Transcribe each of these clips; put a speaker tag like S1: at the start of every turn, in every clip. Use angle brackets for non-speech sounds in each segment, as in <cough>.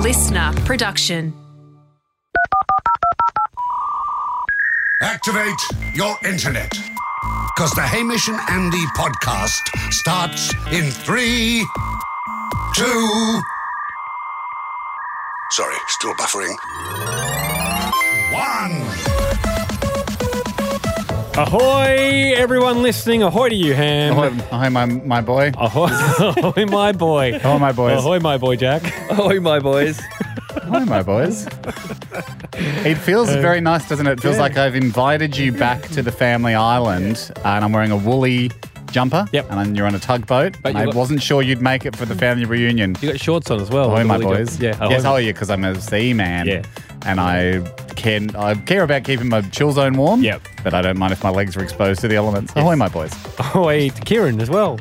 S1: listener production.
S2: Activate your internet. Because the Hamish and Andy podcast starts in three, two. Sorry, still buffering. One.
S3: Ahoy, everyone listening. Ahoy to you, Ham.
S4: Ahoy, ahoy my, my boy.
S5: Oh.
S3: Ahoy, ahoy my boy.
S4: Ahoy, my boys.
S3: Ahoy, my boy, Jack.
S5: Oh my boys.
S4: Ahoy, my boys. It feels
S5: Uh,
S4: very nice, doesn't it? It feels like I've invited you back to the family island and I'm wearing a woolly jumper
S3: Yep.
S4: and I'm- you're on a tugboat.
S5: But
S4: and
S5: you
S4: I
S5: got-
S4: wasn't sure you'd make it for the family reunion.
S5: You got shorts on as well.
S4: Ahoy,
S5: Look
S4: my
S5: at all the
S4: boys.
S5: jo- Yeah. ahoy.
S4: yes, ahoy you, because I'm a seaman.
S3: Yeah.
S4: And I can I care about keeping my chill zone warm.
S3: Yep.
S4: But I don't mind if my legs are exposed to the elements. Ahoy, my boys.
S3: Ahoy to Kieran as
S4: <laughs>
S3: well.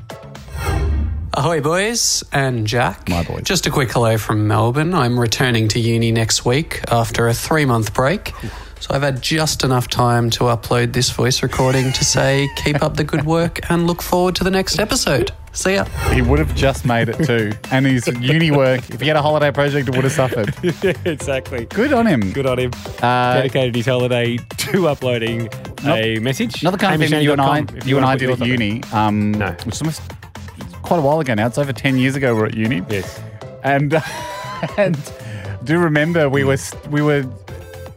S6: Ahoy, boys and Jack.
S4: My boys.
S6: Just a quick hello from Melbourne. I'm returning to uni next week after a three month break. So I've had just enough time to upload this voice recording to say, keep up the good work and look forward to the next episode. See ya.
S4: He would have just made it too. and his uni work, if he had a holiday project, it would have suffered.
S3: exactly.
S4: Good on him.
S3: Good on him.
S4: Uh,
S3: Dedicated his holiday to uploading a message.
S4: Another kind of thing that you and I,
S3: hamishandy.com, if
S4: you and I
S3: wanna put
S4: did at
S3: yours up there.
S4: uni, um,
S3: No.
S4: which is almost quite a while ago now. It's over ten years ago. We're at uni,
S3: Yes.
S4: and <laughs> and do remember we were we were.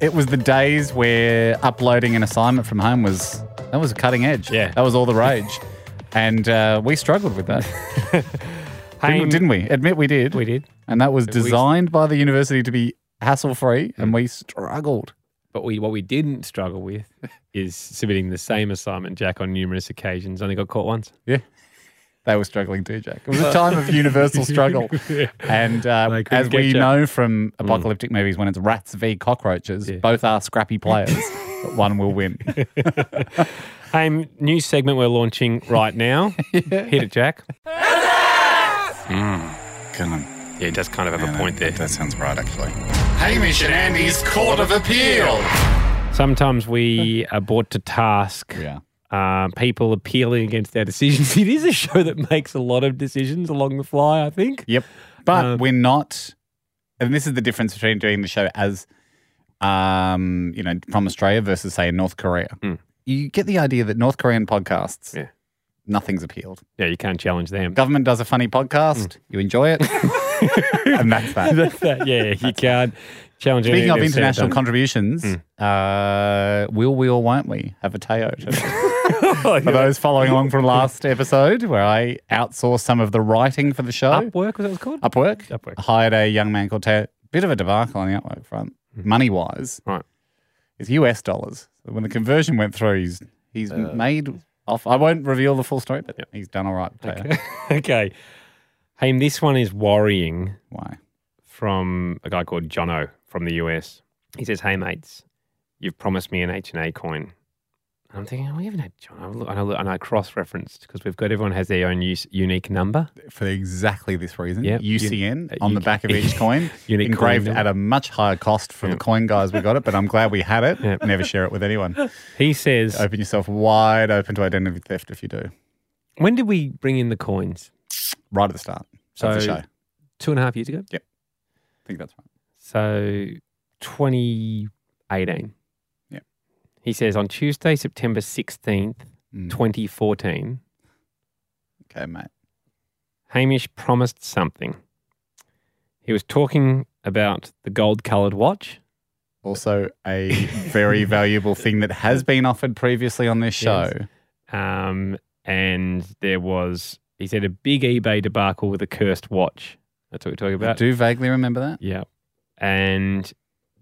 S4: It was the days where uploading an assignment from home was that was cutting edge.
S3: Yeah.
S4: that was all the rage, <laughs> and uh, we struggled
S3: <laughs>
S4: with that,
S3: Haim-
S4: didn't, didn't we? Admit we did.
S3: We did.
S4: and that was designed by the university to be hassle free, and
S3: Mm.
S4: we struggled.
S3: But we, what we didn't struggle with <laughs> is submitting the same assignment, Jack, on numerous occasions. Only got caught once.
S4: Yeah. They were struggling too, Jack. It was a
S3: <laughs>
S4: time of universal struggle. And uh,
S3: They couldn't Mm.
S4: as we
S3: get ya.
S4: know from apocalyptic movies, when it's rats v cockroaches, both
S3: <laughs>
S4: are scrappy players, but one will win.
S3: Haim, new segment we're launching right
S4: <laughs>
S3: now. Hit it, Jack. Yeah, he does kind of have a point there.
S4: sounds right, actually. Hamish and Andy's Court of Appeal.
S3: Sometimes we are brought to task.
S4: Yeah.
S3: Uh, people appealing against our decisions. <laughs> It is a show that makes a lot of decisions along the fly, I think.
S4: Yep. But
S3: Uh,
S4: we're not, and this is the difference between doing the show as, um, you know, from Australia versus, say, North Korea.
S3: Mm.
S4: You get the idea that North Korean podcasts,
S3: Yeah.
S4: nothing's appealed.
S3: Yeah, you can't challenge them.
S4: government does a funny podcast,
S3: Hmm.
S4: you enjoy it, and that's
S3: <laughs>
S4: that.
S3: yeah, you can't challenge any
S4: Speaking of
S3: them, so <laughs>
S4: international
S3: done.
S4: contributions,
S3: Hmm.
S4: uh, will we or won't we have
S3: <laughs>
S4: a Toyota?
S3: Oh,
S4: For those following along from last episode, where I outsourced some of the writing for the show,
S3: Upwork, was that what it's called?
S4: Upwork,
S3: Upwork.
S4: hired a young man called Teo. Bit of a debacle on the Upwork front, money wise.
S3: Hmm. Right.
S4: It's US dollars. So when the conversion went through, he's he's
S3: Uh.
S4: made off. I won't reveal the full story, but he's done all right. Teo.
S3: okay. <laughs> Haim, this one is worrying
S4: Why?
S3: from a guy called Jono from the US. He says, "Hey mates, you've promised me an H and A coin." And I'm thinking, oh, we haven't had Jono, Look, and I, look- and I cross-referenced because we've got everyone has their own use, unique number.
S4: for exactly this reason.
S3: Yep.
S4: UCN
S3: Un-
S4: on
S3: uh,
S4: the back of
S3: <laughs>
S4: each
S3: unique-
S4: coin,
S3: unique
S4: engraved
S3: coin,
S4: at a much higher cost for the coin guys. We got it, but I'm glad we had it.
S3: Yep.
S4: Never share it with anyone.
S3: He says,
S4: Open yourself wide open to identity theft if you do.
S3: "When did we bring in the coins?
S4: Right at the start. So of the
S3: So-
S4: show. I
S3: Two and a half years ago.
S4: think that's right.
S3: So 2018.
S4: Yep.
S3: He says on Tuesday, September 16th,
S4: Mm.
S3: 2014,
S4: Okay, mate.
S3: Hamish promised something. He was talking about the gold colored watch.
S4: Also, a very valuable thing that has been offered previously on this show.
S3: Yes. Um, and there was, he said, a big eBay debacle with a cursed watch. That's what we're talking
S4: I
S3: about.
S4: do vaguely remember that.
S3: Yeah. And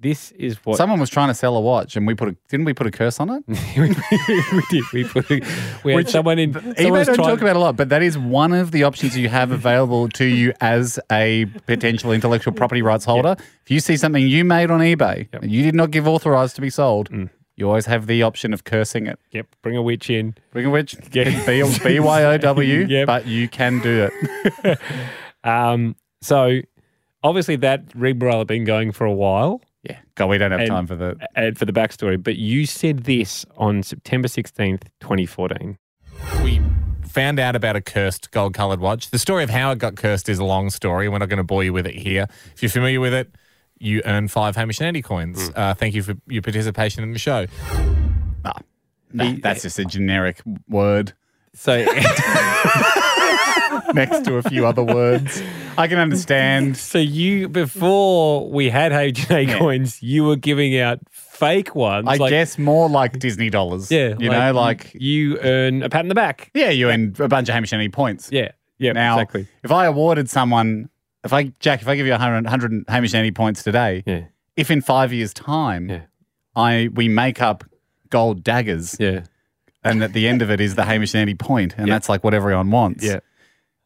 S3: this is what.
S4: Someone was trying to sell a watch, and we put a didn't we put a curse on it?
S3: <laughs> we did. We, put, we had
S4: Which-
S3: someone
S1: <laughs>
S3: in. someone
S4: eBay
S3: was
S4: don't
S3: trying-
S4: talk about a lot, but that is one of the options you have available to you as a potential intellectual property rights holder. If you see something you made on eBay
S3: Yep.
S4: that you did not give authorized to be sold,
S1: Mm.
S4: you always have the option of cursing it.
S3: Yep. Bring a witch in.
S4: Bring a witch,
S3: Yeah.
S4: B-
S1: <laughs>
S4: BYOW,
S3: Yep.
S4: but you can do it.
S3: Um, so obviously that rigmarole had been going for a while
S4: Yeah. God, we don't have
S3: And-
S4: time for the
S3: and for the backstory, but you said this on September 16th, 2014.
S4: we
S1: found out about a cursed gold colored watch. The story of how it got cursed is a long story. We're not going to bore you with it here. If you're familiar with it, you earn five Hamish and Andy coins.
S3: Mm.
S1: Uh, thank you for your participation in the show.
S4: Nah, that's just a generic word <laughs>
S5: So
S4: next to a few other words. I can understand.
S3: <laughs> So you, before we had HJ
S4: Yeah.
S3: coins, you were giving out fake ones.
S4: I
S3: like-
S4: guess more like Disney dollars.
S3: Yeah,
S4: You know, like,
S3: you earn a pat in the back.
S4: yeah, you earn a bunch of Hamish and Andy points.
S3: Yeah, yeah,
S4: Now,
S3: exactly.
S4: if I awarded someone, if I, Jack, if I give you 100, 100 Hamish and Andy points today,
S3: Yeah,
S4: if in five years' time
S3: Yeah.
S4: I we make up gold daggers
S3: yeah,
S4: and at the end of it is the Hamish and Andy point, and that's like what everyone wants.
S3: Yeah.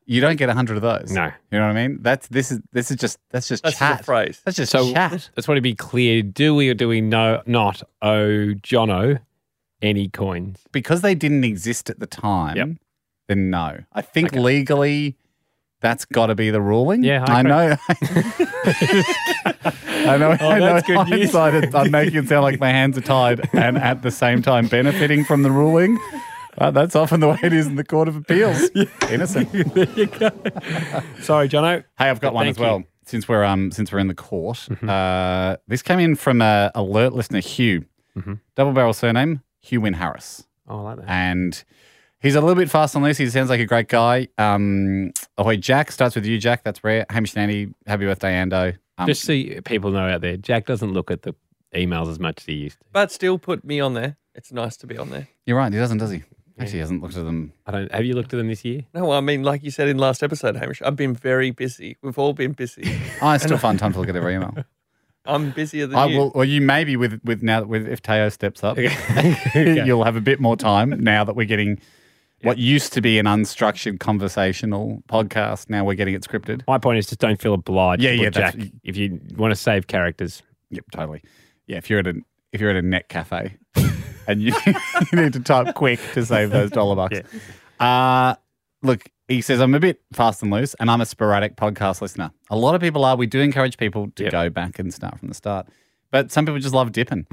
S4: You don't get a hundred of those.
S3: No.
S4: You know what I mean? That's this is this is just that's just
S5: That's just a
S4: chat.
S5: phrase.
S4: That's just
S3: So-
S4: chat.
S3: That's want to be clear. Do we or do we no not owe Jono any coins?
S4: Because they didn't exist at the time,
S3: Yep.
S4: then no. I think legally that's gotta be the ruling.
S3: Yeah, I
S4: I, know
S3: <laughs>
S4: I know, I know
S3: Oh, that's good news.
S4: hindsight, it- I'm making it sound like my hands are tied and at the same time benefiting from the ruling. But that's often the way it is in the Court
S3: <laughs>
S4: of Appeals. Innocent. hey,
S3: Sorry, Jono.
S4: I've got one
S3: Thank Mm-hmm.
S4: as well. Since we're um since we're in the court, uh, this came in from uh, alert listener Hugh,
S3: Mm-hmm.
S4: double barrel surname Hugh Harris
S3: Oh, I like that.
S4: and he's a little bit fast on this. He sounds like a great guy. Um, ahoy, Jack starts with you, Jack. That's rare. Hamish and Andy, happy birthday, Ando. Um,
S3: Just so you- people know out there, Jack doesn't look at the emails as much as he used to.
S5: but still put me on there. It's nice to be on there.
S4: you're right. He doesn't, does he? Actually, he hasn't looked at them.
S3: I don't. Have you looked at them this
S4: <laughs>
S3: year?
S5: No, I mean, like you said in last episode, Hamish, I've been very busy. We've all
S7: <laughs>
S5: been busy.
S4: I Ah, still find time to look at every email.
S5: I'm busier than
S4: I
S5: you.
S4: will, or you maybe with with now that with if Teo steps up, <laughs> you'll have a bit more time now that we're getting what used to be an unstructured conversational podcast. Now we're getting it scripted.
S3: My point is just don't feel obliged.
S4: Yeah,
S3: to put
S4: yeah, that's-
S3: Jack. If you want to save characters,
S4: Yep, totally. Yeah, if you're at a if you're at a net cafe and you, <laughs> you need to type quick to save those dollar bucks. Uh look, he says I'm a bit fast and loose and I'm a sporadic podcast listener. A lot of people are. We do encourage people to
S3: Yep.
S4: go back and start from the start. But some people just love dipping.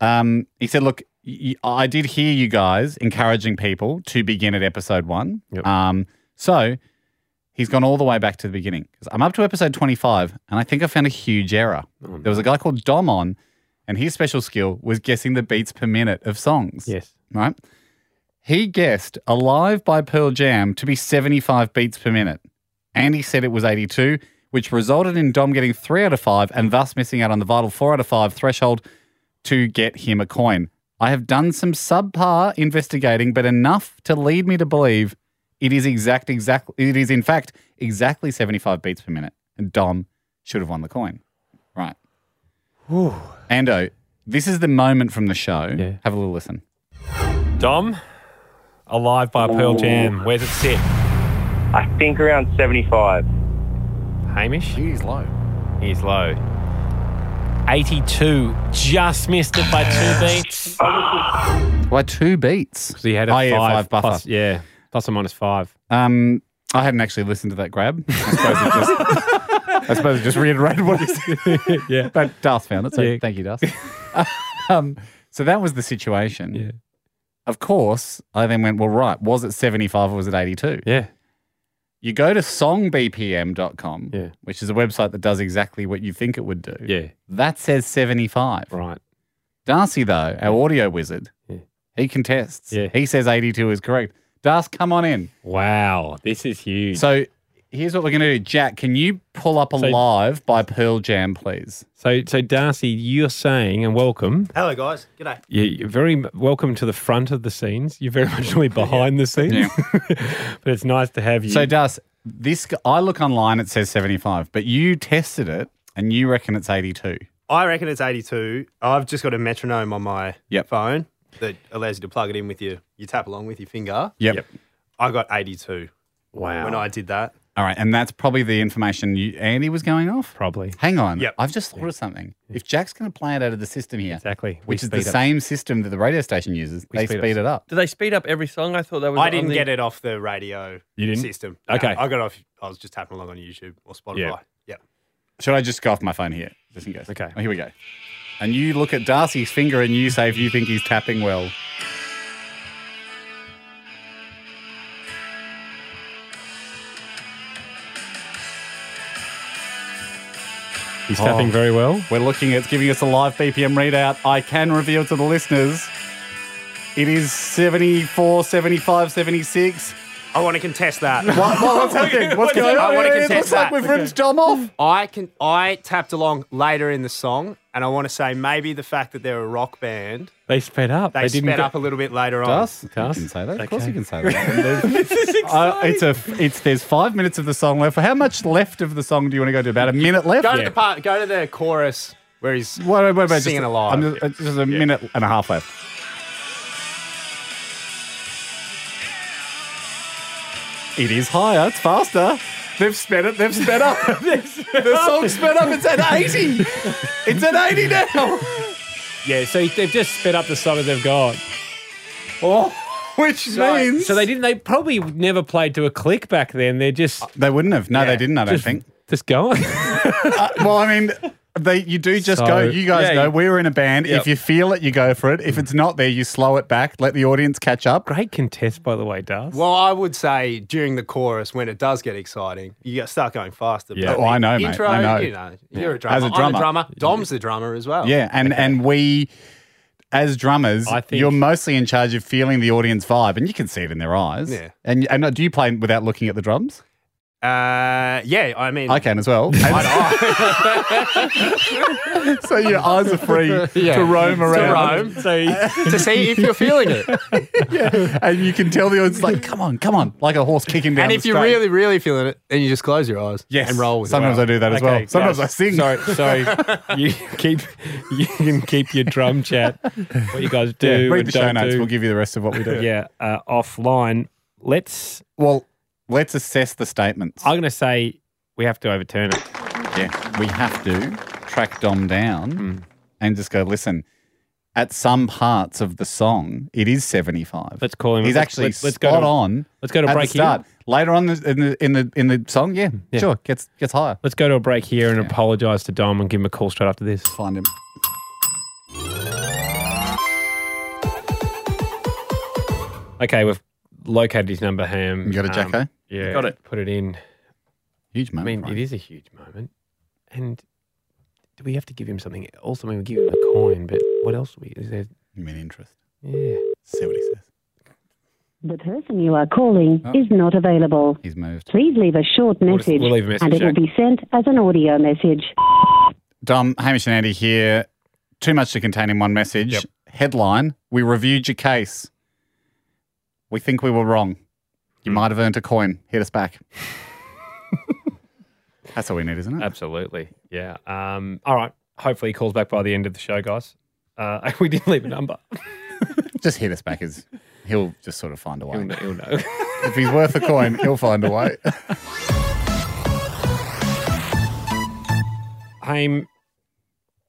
S4: Um, he said, "Look, y- I did hear you guys encouraging people to begin at episode one.
S3: Yep.
S4: Um, so he's gone all the way back to the beginning 'Cause I'm up to episode 25, and I think I found a huge error. There was a guy called Dom on, and his special skill was guessing the beats per minute of songs.
S3: yes.
S4: right. He guessed "Alive" by Pearl Jam to be 75 beats per minute, and he said it was 82, which resulted in Dom getting three out of five, and thus missing out on the vital four out of five threshold to get him a coin. I have done some subpar investigating, but enough to lead me to believe it is exact, exact. It is in fact exactly seventy-five beats per minute, and Dom should have won the coin. Right, Ando, this is the moment from the show.
S3: Yeah.
S4: Have a little listen.
S3: Dom, alive by Pearl Jam. Where's it sit?
S7: I think around 75.
S3: Hamish.
S4: He's low.
S3: He's low. 82. Just missed it by two beats.
S4: By two beats.
S3: So he had a
S4: Oh, yeah,
S3: five,
S4: buffer.
S3: plus- yeah, plus or minus five.
S4: Um, I hadn't actually listened to that grab. I suppose it
S3: <laughs>
S4: just, I suppose it just reiterated what he said.
S3: Yeah.
S4: But Das found it, so
S3: Yeah.
S4: thank
S3: <laughs>
S4: you, Das. um, so that was the situation.
S3: Yeah.
S4: Of course, I then went, well, right, was it 75 or was it 82?
S3: Yeah.
S4: You go to songbpm.com,
S3: Yeah.
S4: which is a website that does exactly what you think it would do.
S3: Yeah.
S4: That says 75.
S3: Right.
S4: Darcy, though, our audio wizard,
S3: Yeah.
S4: he contests.
S3: Yeah.
S4: He says 82 is correct. Das, come on in.
S3: Wow. This is huge. So,
S4: So here's what we're going to do. Jack, can you pull up Alive by Pearl Jam, please?
S3: so, Darcy, you're saying, and welcome.
S7: Hello, guys. G'day.
S3: You- You're very m- welcome to the front of the scenes. You're very <laughs> much really behind the scenes. <laughs> but it's nice to have you.
S4: So, Das, this g- I look online, it says 75, but you tested it and you reckon it's 82.
S7: I reckon it's 82. I've just got a metronome on my
S4: Yep.
S7: phone that allows you to plug it in with your, you tap along with your finger.
S4: Yep.
S7: I got 82
S3: wow.
S7: when I did that.
S4: All right. And that's probably the information you, Andy was going off.
S3: Probably.
S4: Hang on.
S7: Yep.
S4: I've just thought of something. If Jack's going to play it out of the system here,
S3: Exactly. We
S4: which is the
S3: speed up.
S4: same system that the radio station uses, they
S3: speed
S4: speed,
S3: up.
S4: it up.
S5: Do they speed up every song? I thought that was.
S7: I didn't get it off the radio
S3: You didn't?
S7: system.
S3: Okay.
S7: I got off, I was just tapping along on YouTube or Spotify.
S3: Yeah.
S7: Yep.
S4: Should I just go off my phone here? Just in case.
S3: Okay.
S4: Oh, here we go. And you look at Darcy's finger and you say if you think he's tapping well.
S3: He's tapping very well.
S4: We're looking at giving us a live BPM readout. I can reveal to the listeners it is 74, 75, 76.
S8: I want to
S3: <laughs>
S8: contest that.
S4: What, what-
S8: <laughs>
S4: what's happening? What's going on?
S8: I wanna
S4: It
S8: contest
S4: looks like
S8: that. Oh.
S4: we've ripped Dom off.
S8: I can. I tapped along later in the song, and I want to say maybe the fact that they're a rock band,
S3: They sped up.
S8: they,
S3: didn't
S8: sped
S3: go-
S8: up a little bit later on.
S4: Us? You
S3: Us?
S4: can say that. Of
S3: Okay.
S4: course you can say
S8: <laughs>
S4: that. this is <laughs> Uh, it's a. It's there's five minutes of the song left. How much left of the song do you want to go to? About a minute left.
S8: Go to the part. Go to the chorus where he's
S4: What, what about just-
S8: Singing alive.
S4: I'm just, it's just a minute and a half left. It is higher. It's faster. They've sped it. <laughs> They've sped up. the song's sped up. It's at eighty. It's at eighty now. <laughs>
S8: yeah.
S9: So they've just sped up the summer they've got.
S4: Which means
S9: So they didn't. They probably never played to a click back then. They're just
S4: They wouldn't have. No, they didn't. I don't
S9: just,
S4: think. Uh,
S9: just going.
S4: Well, I mean, they you do just
S9: So-
S4: go. You guys
S9: yeah,
S4: know
S9: you-
S4: we were in a band. If you feel it, you go for it. If it's not there, you slow it back. Let the audience catch
S9: <laughs>
S4: up.
S9: Great contest, by the way, Dars.
S8: Well, I would say during the chorus when it does get exciting, you get- start going faster.
S3: Yeah.
S8: but
S4: Oh, I
S8: the
S4: know, mate.
S8: Intro,
S4: I know.
S8: You know, you're a drummer.
S4: As a
S8: I'm
S4: drummer.
S8: a drummer. Dom's the drummer as well.
S4: Yeah, and and we as drummers,
S9: I think-
S4: you're mostly in charge of feeling the audience vibe, and you can see it in their eyes.
S8: Yeah.
S4: and and uh, do you play without looking at the drums?
S8: Uh, yeah. I mean,
S4: I can as
S8: <laughs>
S4: well. <laughs> And- so your eyes are
S8: <laughs>
S4: free to roam <laughs>
S8: to
S9: <laughs>
S4: around,
S8: Rome. to see if you're feeling
S4: <laughs>
S8: it.
S4: and you can tell the audience like, "Come on, come on!" Like a horse kicking down.
S8: and
S4: the
S8: if you're
S4: straight.
S8: really, really feeling it, then you just close your eyes
S4: yes,
S8: and roll with
S4: sometimes
S8: it.
S4: I do that as well. Sometimes I sing.
S9: Sorry, sorry. you keep you can keep your drum chat. What you guys do?
S4: <laughs> Yeah, read
S9: and
S4: the show
S9: don't
S4: notes.
S9: do.
S4: We'll give you the rest of what we
S8: <laughs>
S4: do.
S9: yeah, uh, offline. Let's.
S4: Well, let's assess the statements.
S3: I'm going to say we have to overturn it.
S4: Yeah, Hmm. we have to track Dom down and just go, listen, at some parts of the song, it is 75.
S3: Let's call him.
S4: He's
S3: Let's-
S4: actually
S3: let's- let's go
S4: spot
S3: to-
S4: on.
S3: let's go to
S4: at
S3: break
S4: the start. Later on the- in the in the in the song, yeah, sure, gets gets higher.
S3: Let's go to a break here and apologise to Dom and give him a call straight after this.
S4: Find him.
S3: Okay, we've located his number, Ham.
S4: You got it,
S3: Um,
S4: Jacko?
S3: Yeah,
S7: Got it.
S3: Put it in.
S4: Huge
S3: I
S4: moment.
S3: mean,
S4: for
S3: it
S4: him.
S3: is a huge moment. And do we have to give him something? Also, I mean, we give him a coin, but what else? do We, is there?
S4: You mean interest?
S3: Yeah.
S4: See what he says.
S10: The person you are calling is not available.
S4: He's moved.
S10: Please leave a short
S3: We'll just-
S10: message,
S3: we'll leave a
S10: and
S3: message,
S10: it will
S3: Jack.
S10: be sent as an audio message.
S4: Dom, Hamish, and Andy here. Too much to contain in one message. Headline: We reviewed your case. We think we were wrong. You might have earned a coin. Hit us back. That's all we need, isn't it?
S3: Absolutely. Yeah. Um, all right. Hopefully he calls back by the end of the show, guys. Uh, <laughs> we didn't leave a number.
S4: Just hit us back. Is he'll just sort of find a
S3: He'll
S4: way.
S3: know. He'll know.
S4: <laughs> if he's worth a coin, he'll find a way.
S3: Haim,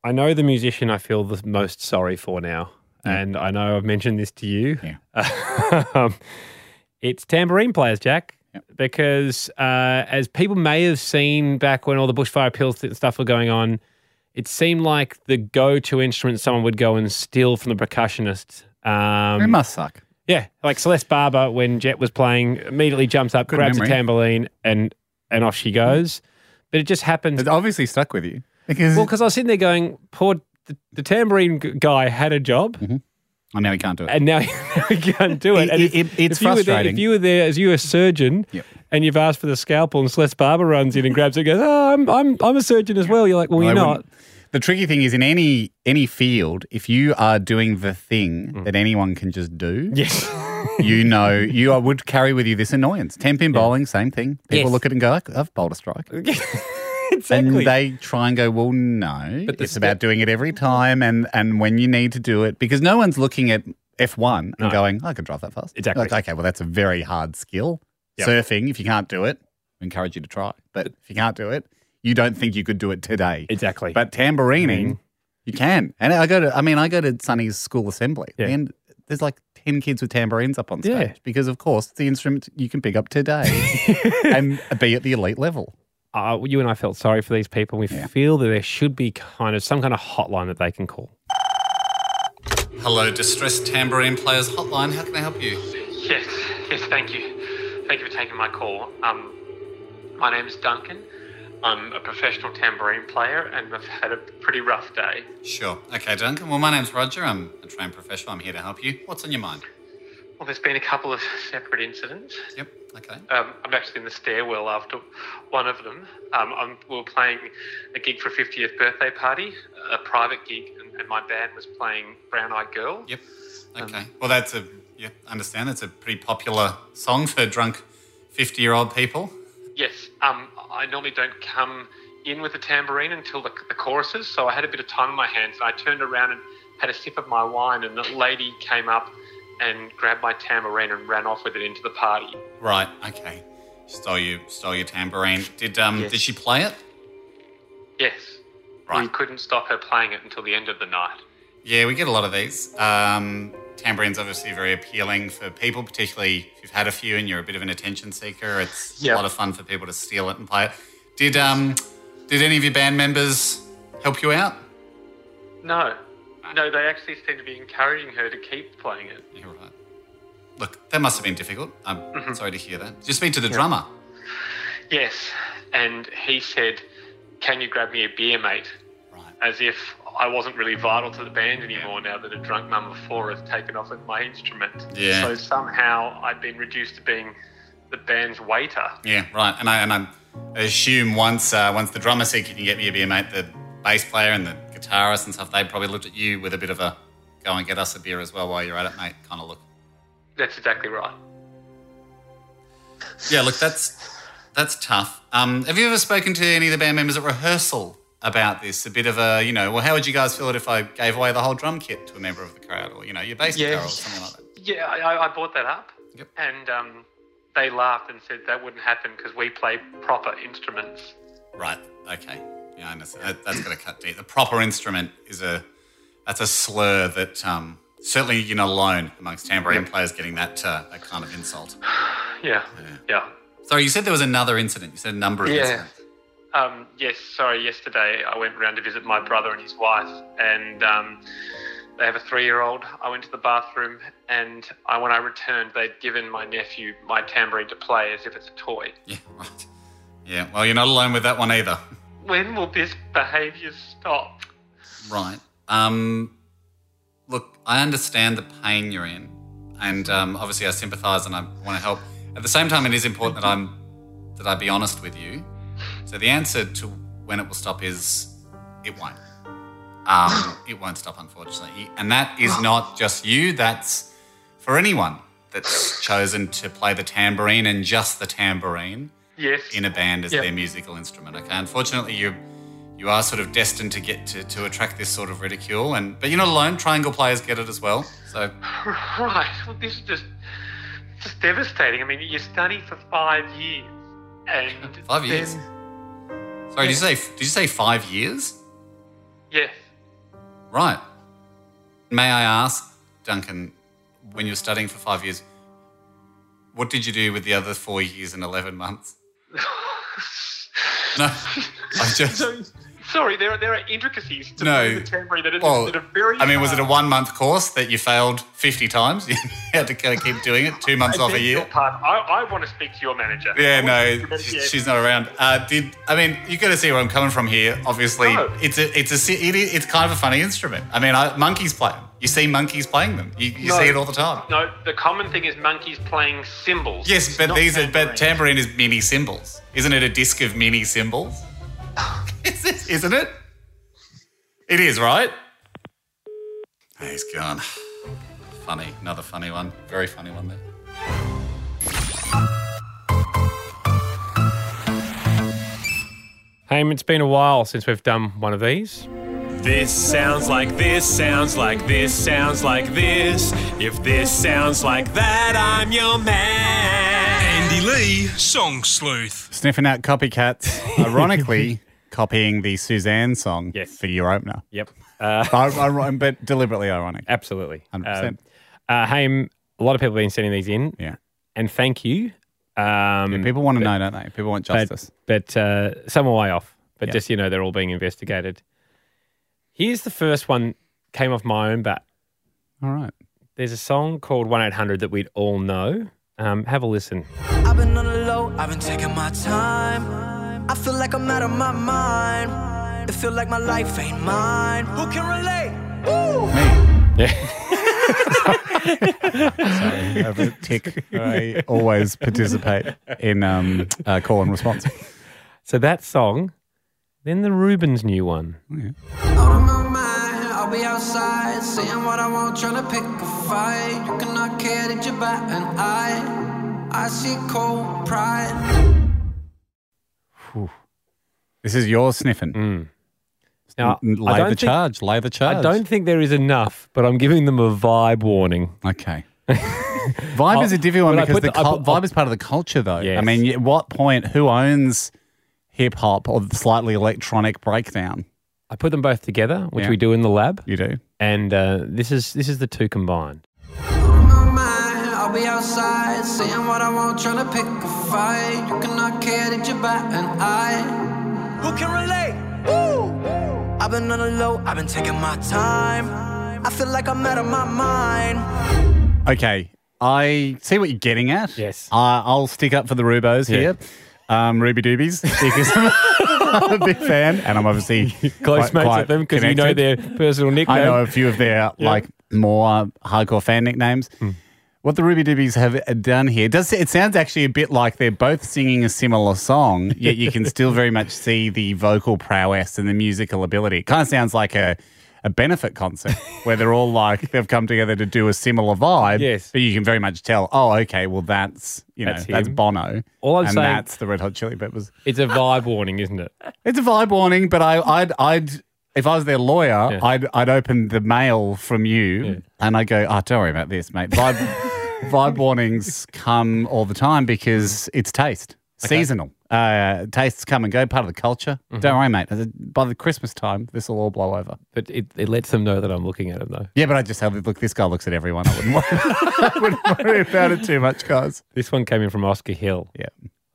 S3: I know the musician I feel the most sorry for now. And I know I've mentioned this to you. <laughs> Um, it's tambourine players, Jack. Because uh, as people may have seen back when all the bushfire pills and stuff were going on, it seemed like the go-to instrument someone would go and steal from the percussionist. Um,
S4: it must suck.
S3: Yeah, like Celeste Barber when Jet was playing, immediately jumps up, grabs
S4: memory.
S3: a tambourine, and and off she goes. But it just happens.
S4: It's obviously stuck with you because
S3: Well, because I was sitting there going, poor the, the tambourine g- guy had a job,
S4: I know he can't do it.
S3: and now <laughs> he can't do it. And
S4: Mm-hmm. It- it- it's
S3: if you were there-
S4: frustrating.
S3: if you were there as you were a surgeon.
S4: Yep.
S3: And you've asked for the scalpel, and Celeste Barber runs in and grabs it. and Goes, oh, I'm, I'm, I'm a surgeon as well. You're like, well,
S4: Well,
S3: you're
S4: they
S3: not.
S4: <laughs> wouldn't- The tricky thing is in any any field, if you are doing the thing that anyone can just do,
S3: Yes.
S4: you know, you are, would carry with you this annoyance. Ten pin bowling, same thing.
S3: Yes.
S4: People look at it and go, "I- "I've bowled a strike,"
S3: <laughs> exactly.
S4: and they try and go, "Well, no,
S3: But the
S4: it's
S3: step-
S4: about doing it every time and and when you need to do it because no one's looking at F one and
S3: No.
S4: going, "I could drive that fast."
S3: Exactly.
S4: Like, okay, well, that's a very hard skill.
S3: Yep.
S4: Surfing, if you can't do it, we encourage you to try. But if you can't do it, you don't think you could do it today.
S3: exactly. Mm-hmm.
S4: But tambourining, you can. And I go to, I mean, I go to Sonny's school assembly
S3: Yeah.
S4: and there's like 10 kids with tambourines up on stage
S3: Yeah.
S4: because, of course, it's the instrument you can pick up
S3: <laughs>
S4: today and be at the elite level.
S3: uh, you and I felt sorry for these people. We feel that there should be kind of some kind of hotline that they can call.
S4: Hello, Distressed Tambourine Players Hotline. How can I help you?
S11: Yes, yes, thank you. Thank you for taking my call. Um, my name is Duncan.
S3: I'm a professional tambourine player and I've had a pretty rough day.
S4: Sure. Okay, Duncan. Well, my name's Roger. I'm a trained professional. I'm here to help you. What's on your mind?
S3: Well, there's been a couple of separate incidents.
S4: Yep. Okay.
S3: Um, I'm actually in the stairwell after one of them. Um, I'm, we were playing a gig for a 50th birthday party, a private gig, and, and my band was playing Brown Eyed Girl.
S4: Yep. Okay. Well, that's a yeah. Understand that's a pretty popular song for drunk fifty-year-old people.
S3: Yes, um, I normally don't come in with a tambourine until the, the choruses, so I had a bit of time on my hands. And I turned around and had a sip of my wine, and the lady came up and grabbed my tambourine and ran off with it into the party.
S4: Right. Okay. Stole you. Stole your tambourine. Did um?
S3: Yes.
S4: Did she play it?
S3: Yes,
S4: Right.
S3: we couldn't stop her playing it until the end of the night.
S4: Yeah, we get a lot of these. Um, tambourine's obviously very appealing for people, particularly if you've had a few and you're a bit of an attention seeker. It's a lot of fun for people to steal it and play it. Did um, did any of your band members help you out?
S3: No, no, they actually seemed to be encouraging her to keep playing it.
S4: You're right. Look, that must have been difficult. I'm sorry to hear that. Did you speak to the drummer?
S3: Yes, and he said, "Can you grab me a beer, mate?" As if I wasn't really vital to the band anymore now that a drunk mum of four has taken off with my instrument.
S4: Yeah.
S3: So somehow I've been reduced to being the band's waiter.
S4: Yeah, right. And I and I assume once uh, once the drummer said, "Can you get me a beer, mate?" The bass player and the guitarist and stuff, they probably looked at you with a bit of a "Go and get us a beer as well while you're at it, mate" kind of look.
S3: That's exactly right.
S4: Yeah, look, that's that's tough. Um, have you ever spoken to any of the band members at rehearsal about this? A bit of a, you know, well, how would you guys feel it if I gave away the whole drum kit to a member of the crowd, or you know, your bass guitar, or something like that?
S3: Yeah, I, I- I brought that up, and um, they laughed and said that wouldn't happen because we play proper instruments.
S4: Right. Okay. Yeah, I understand. That, that's got to cut deep. The proper instrument is a that's a slur that um, certainly you're not alone amongst tambourine players getting that uh, that kind of insult.
S3: Yeah, yeah.
S4: Sorry, you said there was another incident. You said a number of
S3: Yeah.
S4: incidents.
S3: Um, yes, sorry. Yesterday I went round to visit my brother and his wife, and um, they have a three-year-old. I went to the bathroom, and I, when I returned, they'd given my nephew my tambourine to play as if it's a toy.
S4: Yeah. Well, you're not alone with that one either.
S3: When will this behaviour stop?
S4: Right. Um, look, I understand the pain you're in, and um, obviously I sympathise and I want to help. At the same time, it is important that I'm that I be honest with you. So the answer to when it will stop is it won't. Um, it won't stop, unfortunately, and that is not just you. That's for anyone that's chosen to play the tambourine and just the tambourine
S3: Yes.
S4: in a band as
S3: Yep.
S4: their musical instrument. Okay, unfortunately, you you are sort of destined to get to, to attract this sort of ridicule, and but you're not alone. Triangle players get it as well. So
S3: <laughs> Right. Well, this is just just devastating. I mean, you study for five years, and
S4: <laughs> five years.
S3: then-
S4: Sorry, did you say did you say five years?
S3: yes. <laughs>
S4: Right. May I ask, Duncan, when you were studying for five years, what did you do with the other four years and eleven months? <laughs>
S3: <laughs>
S4: no, I just.
S3: Sorry, there are, there are intricacies to
S4: No.
S3: playing the tambourine that are,
S4: Well,
S3: that are very.
S4: I mean, was it
S3: hard.
S4: a one month course that you failed 50 times? <laughs> You had to kind of keep doing it two months
S3: I
S4: off a
S3: beg
S4: year?
S3: your pardon. I, I want to speak to your manager.
S4: Yeah,
S3: I want to
S4: no,
S3: speak to your
S4: she-
S3: manager.
S4: she's not around. Uh, did I mean you got to see where I'm coming from here? Obviously,
S3: No.
S4: it's a it's a si- it is, it's kind of a funny instrument. I mean, I, monkeys play 'em. You see monkeys playing them. You, you
S3: No.
S4: see it all the time.
S3: No, the common thing is monkeys playing cymbals.
S4: Yes, but
S3: Not
S4: these
S3: tam-
S4: are but tambourine is mini cymbals, isn't it? A disc of mini cymbals,
S3: <sighs>
S4: Is it- isn't it? It is, right? Oh, he's gone. <sighs> Funny, another funny one. Very funny one there.
S12: Haim, it's been a while since we've done one of these.
S13: This sounds like this, sounds like this, sounds like this. If this sounds like that, I'm your man. Andy Lee, Song Sleuth.
S14: Sniffing out copycats,
S3: <laughs>
S14: ironically copying the Suzanne song for your opener.
S12: Yep. Uh,
S14: I, I, but deliberately ironic. <laughs>
S12: Absolutely.
S14: 100%.
S12: Um, uh, Haim, a lot of people have been sending these in.
S14: Yeah.
S12: And thank you. Um,
S14: people want to know, don't they? People want justice.
S12: But, uh, some are way off. But
S14: Yeah.
S12: just, you know, they're all being investigated. Here's the first one came off my own bat.
S14: All right.
S12: There's a song called 1 800 that we'd all know. Um, have a listen.
S15: I've been on the low, I've been taking my time.
S16: I feel like I'm out of my mind. I feel like my life ain't mine. Who can relate? Woo!
S3: <laughs>
S1: Sorry, over the tick. I always participate
S4: in um, uh, call and response.
S3: So that song, then the Rubens new one.
S16: I'll be outside saying what I want, trying to pick a fight. You cannot care that you're by an eye. I see cold pride.
S4: This is your sniffing.
S3: Mm. Now,
S4: N-
S3: I
S4: lay
S3: don't
S4: the
S3: think-
S4: charge. Lay the charge.
S3: I don't think there is enough, but I'm giving them a vibe warning. <laughs>
S4: Okay. Vibe is a difficult one
S3: Well, I
S4: because
S3: put
S4: the,
S3: the- I
S4: cul-
S3: put-
S4: vibe is part of the culture, though. I
S3: Yes.
S4: mean, at what point, who owns hip hop or slightly electronic breakdown?
S3: I put them both together, which
S4: Yeah.
S3: we do in the lab.
S4: You do,
S3: and uh, this is this is the two combined.
S16: I'll be outside saying what I want, trying to pick a fight. You cannot care that you're by an eye. Who can relate? Woo! I've been on the low, I've been taking my time. I feel like I'm out of my mind.
S4: Okay, I see what you're getting at.
S3: Yes,
S4: I I'll stick up for the Rubos
S3: Yeah.
S4: here, um, Ruby Doobies, because I'm, a <laughs> big fan, and I'm obviously
S3: Close
S4: quite-
S3: mates
S4: quite
S3: with them because you know
S4: connected.
S3: their personal nickname.
S4: <laughs> I know a few of their
S3: <laughs> Yeah. Hmm.
S4: like more hardcore fan nicknames. What the Ruby Doobies have done here it does it sounds actually a bit like they're both singing a similar song, yet you can still very much see the vocal prowess and the musical ability. It kind of sounds like a a benefit concert where they're all like they've come together to do a similar vibe.
S3: Yes.
S4: but you can very much tell. Oh, okay, well that's you know
S3: That's
S4: that's,
S3: him.
S4: Bono.
S3: All I'm
S4: and
S3: saying-
S4: that's the Red Hot Chili Peppers.
S3: It's a vibe warning, isn't it?
S4: It's a vibe warning, but I, I'd, I'd, if I was their lawyer, I'd, I'd open the mail from you and I go, oh, don't worry about this, mate. Vibe, vibe warnings come all the time because it's taste, seasonal. Uh, tastes come and go, part of the culture. Don't worry, mate. By the Christmas time, this will all blow over.
S3: But it, it lets them know that I'm looking at them though.
S4: Yeah, but I just have look. This guy looks at everyone. I wouldn't worry, <laughs> I wouldn't worry about it too much, guys.
S3: This one came in from Oscar Hill.
S4: Yeah,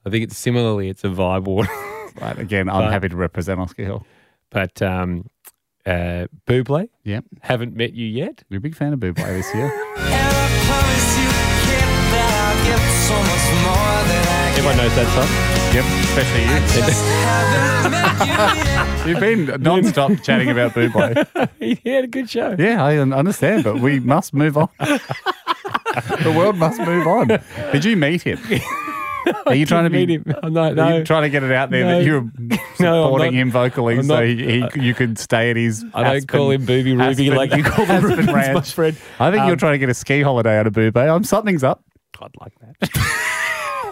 S3: I think it's similarly it's a vibe warning. <laughs>
S4: Right, again, I'm
S3: But-
S4: happy to represent Oscar Hill.
S3: But um, uh, Buble,
S4: yeah,
S3: haven't met you yet.
S4: You're a big fan of Buble this year.
S16: Promise you, kid, that I'll give so much more than I
S3: Everyone knows that song. <laughs>
S4: Yep, especially
S16: just
S3: you.
S16: haven't met you yet.
S3: <laughs>
S4: You've been non-stop chatting about Buble.
S3: he had a good show.
S4: Yeah, I un- understand, but we must move on. the world must move on. Did you meet him? Are you trying to be?
S3: Meet him. Oh, no,
S4: Are
S3: no.
S4: you trying to get it out there
S3: No.
S4: that you're
S3: No, I'm
S4: supporting
S3: not-
S4: him vocally,
S3: I'm
S4: so
S3: not- Uh,
S4: he, he, you could stay at his.
S3: I don't call him Booby Ruby like you call him
S4: Aspen
S3: Rubens, my
S4: Ranch.
S3: friend.
S4: I think you're
S3: Um,
S4: trying to get a ski holiday out of Boobay. I'm something's up.
S3: I'd like that. <laughs>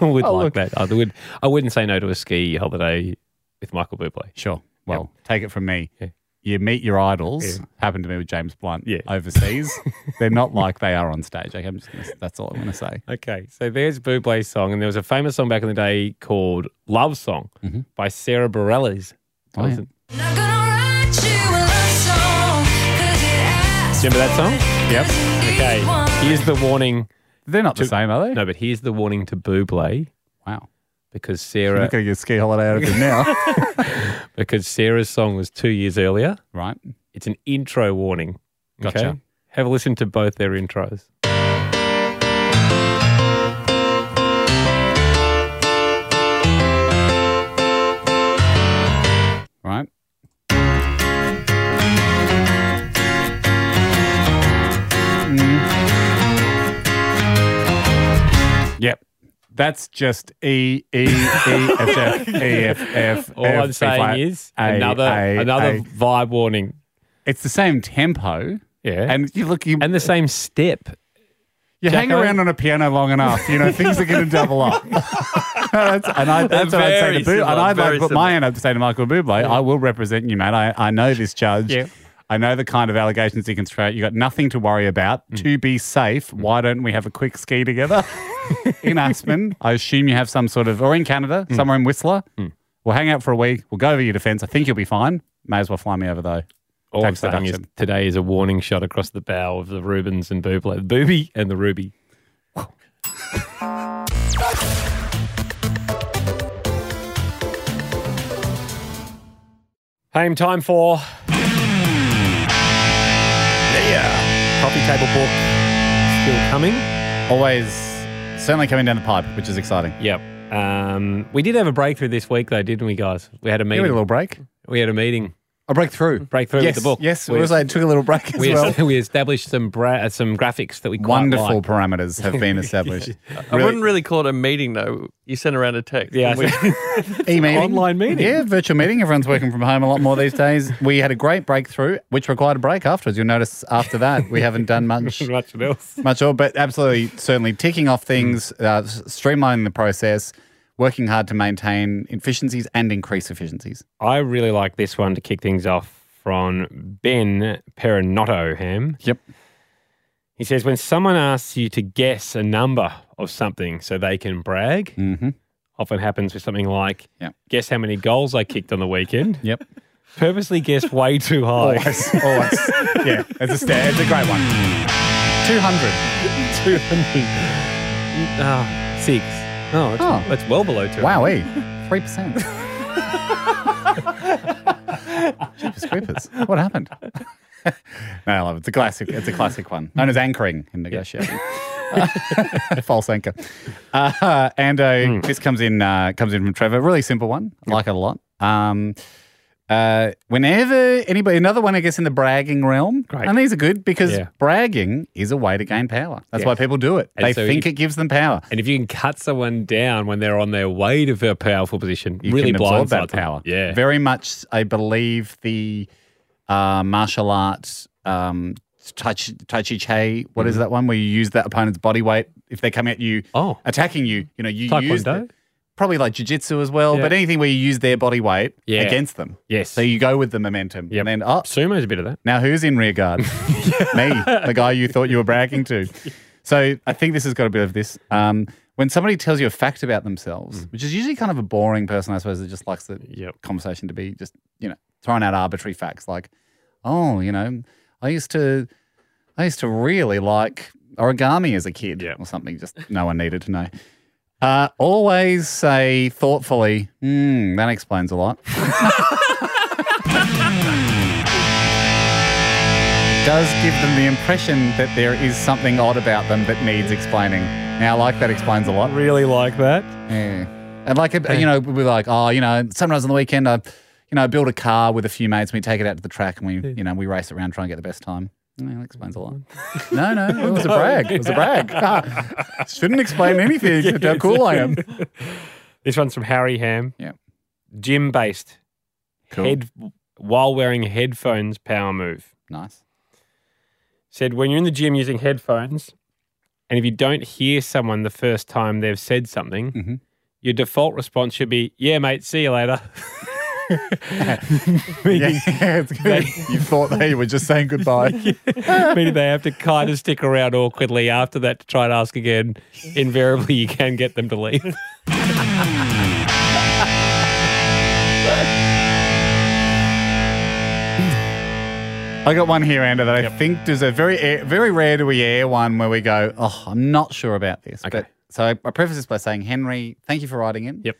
S3: I would
S4: Oh,
S3: like
S4: look.
S3: that. I would. I wouldn't say no to a ski holiday with Michael Bublé.
S4: Sure. Well, take it from me. You meet your idols.
S3: Yeah.
S4: Happened to me with James Blunt overseas. They're not like they are on stage. Okay, I'm just gonna, that's all I want to say.
S3: Okay, so there's Bublé's song, and there was a famous song back in the day called "Love Song" by Sarah Bareilles.
S4: Oh, yeah.
S3: Remember that song?
S4: Yep.
S3: Okay. Here's the warning.
S4: They're not
S3: to-
S4: the same, are they?
S3: No, but here's the warning to Buble.
S4: Wow.
S3: Because
S4: You're
S3: Sarah,
S4: not going to get a ski holiday out of him now.
S3: because Sarah's song was two years earlier.
S4: <laughs> right.
S3: It's an intro warning.
S4: Gotcha.
S3: Have a listen to both their intros.
S4: Right. Mm. Yep. That's just E, E, E, F, F, E, F, F.
S3: <laughs> All i I'm saying is another another vibe warning.
S4: It's the same tempo.
S3: Yeah.
S4: And you look, you,
S3: And the same step.
S4: you hang
S3: Jacko?
S4: around on a piano long enough, you know, things are going to
S3: <laughs>
S4: double up. that's, and I, that's what I'd say
S3: Very
S4: to Boo. And
S3: similar,
S4: I'd like
S3: very
S4: to put my hand up to say to Michael Bublé, I will represent you, mate. I, I know this judge.
S3: Yeah.
S4: I know the kind of allegations he can throw out. You got nothing to worry about.
S3: Mm.
S4: To be safe, why don't we have a quick ski
S3: <laughs>
S4: together in Aspen? I assume you have some sort of, or in Canada,
S3: Mm.
S4: somewhere in Whistler. We'll hang out for a week. We'll go over your defence. I think you'll be fine. May as well fly me over though.
S3: All I'm
S4: Tax
S3: saying is
S4: deduction.
S3: today is a warning shot across the bow of the Rubens and Buble, the booby and the ruby. <laughs> Home time for yeah, coffee table book still coming.
S4: Always, certainly coming down the pipe, which is exciting.
S3: Yep. Um, we did have a breakthrough this week, though, didn't we, guys? We had a
S4: we
S3: meeting.
S4: had a little break.
S3: We had a meeting.
S4: A breakthrough.
S3: Breakthrough
S4: yes,
S3: with the book.
S4: Yes,
S3: We-
S4: it was. I took a little break as
S3: we,
S4: well.
S3: <laughs> we established some bra- uh, some graphics that we quite
S4: Wonderful
S3: like.
S4: parameters have
S3: <laughs>
S4: been established.
S5: I wouldn't really call it a meeting though. You sent around a text.
S3: Yeah,
S5: and <laughs> we-
S4: E-meeting.
S3: online meeting.
S4: Yeah, virtual meeting. Everyone's working from home a lot more these days. We had a great breakthrough, which required a break afterwards. You'll notice after that we haven't done
S3: <laughs>
S4: <laughs> much,
S3: much else,
S4: much all, but absolutely, certainly ticking off things, uh, s- streamlining the process, working hard to maintain efficiencies and increase efficiencies.
S3: I really like this one to kick things off from Ben Perinotto Ham.
S4: Yep.
S3: He says, when someone asks you to guess a number of something so they can brag,
S4: Mm-hmm.
S3: often happens with something like, guess how many goals I kicked on the
S4: <laughs>
S3: weekend.
S4: Yep.
S3: Purposely guess way too high. <laughs>
S4: Always, always. yeah, it's a sta- it's a great one. Two hundred.
S3: Two hundred. Ah, six. No, it's,
S4: Oh.
S3: it's well below two.
S4: Wowee, three percent. <laughs> Jeepers creepers! What happened? <laughs> no, I love it. It's a classic. It's a classic one, known as anchoring in negotiation. <laughs> False anchor. Uh, and uh,
S3: Hmm.
S4: this comes in uh, comes in from Trevor. Really simple one. I like it a lot. Um, uh, whenever anybody, another one, I guess, in the bragging realm, Great. and these are good because
S3: Yeah.
S4: bragging is a way to gain power. That's
S3: Yeah.
S4: why people do it.
S3: And
S4: they
S3: so
S4: think
S3: you-
S4: it gives them power.
S3: And if you can cut someone down when they're on their way to a powerful position,
S4: You
S3: really
S4: can
S3: blinds
S4: absorb that power.
S3: Yeah.
S4: very much. I believe the uh, martial arts um, tai chi, tai chi che. What is
S3: Mhm.
S4: that one where you use that opponent's body weight if they come at you,
S3: oh.
S4: attacking you? You know, you use
S3: Taekwondo?
S4: the- probably like jujitsu as well,
S3: Yeah.
S4: but anything where you use their body weight
S3: Yeah.
S4: against them.
S3: Yes.
S4: So you go with the momentum. Yeah. And then, oh,
S3: Sumo's a bit of that.
S4: Now who's in rear guard? Me, the guy you thought you were bragging to. So I think this has got a bit of this. Um, when somebody tells you a fact about themselves, which is usually kind of a boring person, I suppose, that just likes the conversation to be just, you know, throwing out arbitrary facts like, oh, you know, I used to, I used to really like origami as a kid or something. Just no one needed to know. Uh, always say thoughtfully, hmm, that explains a lot. <laughs> Does give them the impression that there is something odd about them that needs explaining. Now, I like that explains a lot.
S3: Really like that.
S4: Yeah. And like, it- you know, we're like, oh, you know, sometimes on the weekend I, you know, I build a car with a few mates and we take it out to the track and we, you know, we race around try and get the best time. Yeah, that explains a <laughs> lot. No, no, it was a brag. It was a <laughs> brag. Shouldn't explain anything except how cool I am.
S3: This one's from Harry Ham.
S4: Yeah.
S3: Gym based.
S4: Cool.
S3: Head while wearing headphones power move.
S4: Nice.
S3: Said when you're in the gym using headphones and if you don't hear someone the first time they've said something,
S4: Mm-hmm.
S3: your default response should be, "Yeah, mate, see you
S4: <laughs>
S3: later." <laughs> Meaning-
S4: <laughs> Yeah, it's good. you thought they were just saying <laughs> goodbye.
S3: Meaning they have to kind of stick around awkwardly after that to try and ask again. Invariably, you can get them to <laughs> leave.
S4: I got one here, Andrew, that I think is a very air, very rare do we air one where we go, oh, I'm not sure about this. Okay. But, so I, I preface this by saying, Henry, thank you for writing in.
S3: Yep.